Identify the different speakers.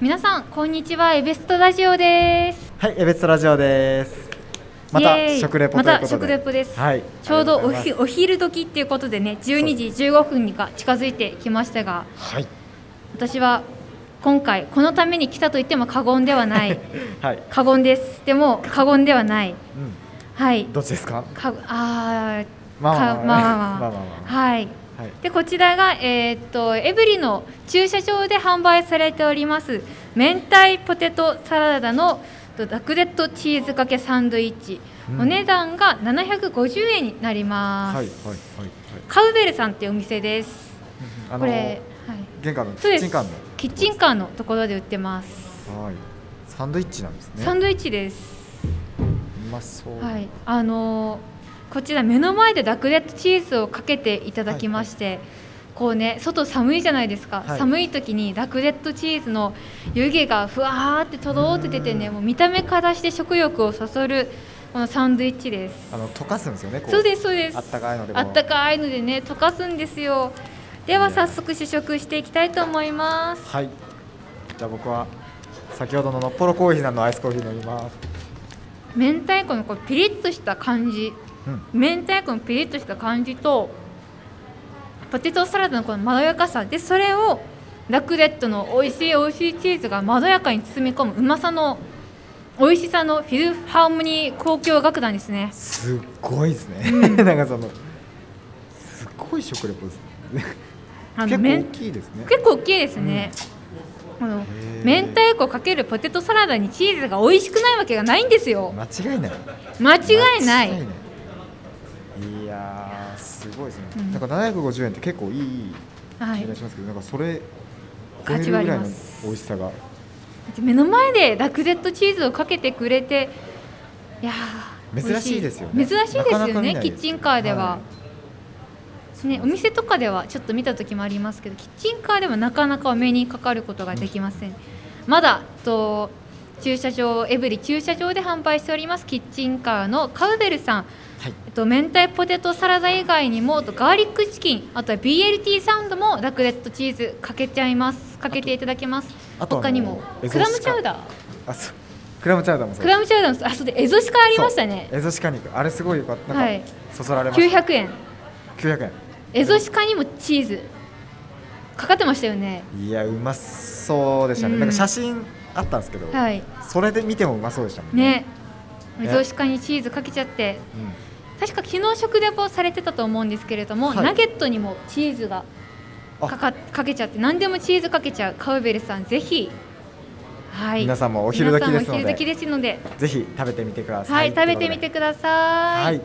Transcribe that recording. Speaker 1: 皆さんこんにちはエベストラジオです
Speaker 2: はい、エベスラジオです。ま
Speaker 1: イエ
Speaker 2: た
Speaker 1: ーイ
Speaker 2: 食レポ
Speaker 1: ま
Speaker 2: という
Speaker 1: た
Speaker 2: ことで。
Speaker 1: 食レポです
Speaker 2: はい。
Speaker 1: ちょうどお
Speaker 2: あり
Speaker 1: ひ
Speaker 2: がとうござい
Speaker 1: お昼時っていうことでね12時15分にか近づいてきましたが
Speaker 2: ますはい。
Speaker 1: 私は今回このために来たと言っても過言ではない
Speaker 2: はい。
Speaker 1: 過言ですでも過言ではないはい
Speaker 2: うん。どっちですか。
Speaker 1: かあー
Speaker 2: ま
Speaker 1: か
Speaker 2: あまあ
Speaker 1: まあまあ
Speaker 2: まあまあまあ
Speaker 1: はい
Speaker 2: はい。
Speaker 1: でこちらが、えーっとエブリの駐車場で販売されております明太ポテトサラダのとダクレットチーズかけサンドイッチ、
Speaker 2: うん
Speaker 1: お値段が750円になります、
Speaker 2: はいはいはいはい。
Speaker 1: カウベルさんっていうお店です
Speaker 2: あ
Speaker 1: これ、はい、
Speaker 2: 玄関のキ
Speaker 1: そう
Speaker 2: ッ
Speaker 1: で
Speaker 2: チ
Speaker 1: す
Speaker 2: ンカーの。
Speaker 1: キッチンカーのところで売ってます、
Speaker 2: はい。サンドイッチなんですね。
Speaker 1: サンドイッチです、
Speaker 2: うまそう。
Speaker 1: はいあのーこちら目の前でダクレットチーズをかけていただきまして、こうね外寒いじゃないですか、
Speaker 2: はい
Speaker 1: 寒い時にダクレットチーズの湯気がふわーってとろーって出てね
Speaker 2: うん
Speaker 1: もう見た目からして食欲をそそるこのサンドイッチです
Speaker 2: あの溶かすんですよね。こ
Speaker 1: そうですそうです
Speaker 2: あったかいので。
Speaker 1: あった
Speaker 2: か。
Speaker 1: かいのでね溶かすんですよでは早速試食していきたいと思います
Speaker 2: はい。じゃあ僕は先ほどののっぽろコーヒーさんのアイスコーヒー飲みます。
Speaker 1: 明太子のこうピリッとした感じ
Speaker 2: うん。
Speaker 1: 明太子のピリッとした感じとポテトサラダのこのまろやかさでそれをラクレットの美味しい美味しいチーズがまろやかに包み込むうまさの美味しさのフィルハーモニー交響楽団ですね
Speaker 2: すっごいですね。
Speaker 1: うん
Speaker 2: なんかその。すっごい食レポですね。
Speaker 1: あ
Speaker 2: 結
Speaker 1: の
Speaker 2: 構大
Speaker 1: 明
Speaker 2: きいですね。
Speaker 1: 結構大きいですね、あの
Speaker 2: へ
Speaker 1: 明
Speaker 2: ー
Speaker 1: 太子かけるポテトサラダにチーズが美味しくないわけがないんですよ
Speaker 2: 間違いない。
Speaker 1: 間違いない
Speaker 2: 間違いやーすごいですね、
Speaker 1: うん
Speaker 2: なんか750円って結構いい
Speaker 1: は
Speaker 2: 気
Speaker 1: い
Speaker 2: がしますけど、なんかそれ超
Speaker 1: 価
Speaker 2: える
Speaker 1: 値
Speaker 2: ぐ
Speaker 1: は
Speaker 2: ら
Speaker 1: ありま
Speaker 2: いの美
Speaker 1: す
Speaker 2: 味しさが
Speaker 1: 目の前でラクレットチーズをかけてくれていやー
Speaker 2: 珍しいですよね
Speaker 1: 美味しい珍しいですよね
Speaker 2: なかなか見ないです
Speaker 1: キッチンカーでは、
Speaker 2: は
Speaker 1: ね、お店とかではちょっと見た時もありますけどキッチンカーではなかなかお目にかかることができません、まだと駐車場エブリ駐車場で販売しておりますキッチンカーのカウベルさん
Speaker 2: はい
Speaker 1: えっと、明太ポテトサラダ以外にもあとガーリックチキンあとは BLT サンドもラクレットチーズかけちゃいますかけていただけます
Speaker 2: あとあの
Speaker 1: 他にも
Speaker 2: エ
Speaker 1: ク
Speaker 2: ゾシカ
Speaker 1: ラムチャウダー
Speaker 2: あそうクラムチャウダーもそう
Speaker 1: クラムチャウダーのあそうでエゾシカありましたね
Speaker 2: そうエゾシカ肉あれすごいよかったなんか、
Speaker 1: はい
Speaker 2: そそられました
Speaker 1: 900円
Speaker 2: 900
Speaker 1: エゾシカにもチーズかかってましたよね
Speaker 2: 円いやうまそうでしたね、
Speaker 1: うん
Speaker 2: なんか写真あったんですけど、
Speaker 1: はい
Speaker 2: それで見てもうまそうでしたもんね
Speaker 1: ねエゾシカにチーズかけちゃって
Speaker 2: うん
Speaker 1: 確か昨日食レポされてたと思うんですけれども、
Speaker 2: はい
Speaker 1: ナゲットにもチーズが
Speaker 2: あ
Speaker 1: かかかけちゃって何でもチーズかけちゃうカウベルさんぜひはい
Speaker 2: 皆さんもお昼時ですので
Speaker 1: 皆さんもお昼時ですので
Speaker 2: ぜひ食べてみてくださ
Speaker 1: はい
Speaker 2: い、
Speaker 1: 食べてみてください。
Speaker 2: はい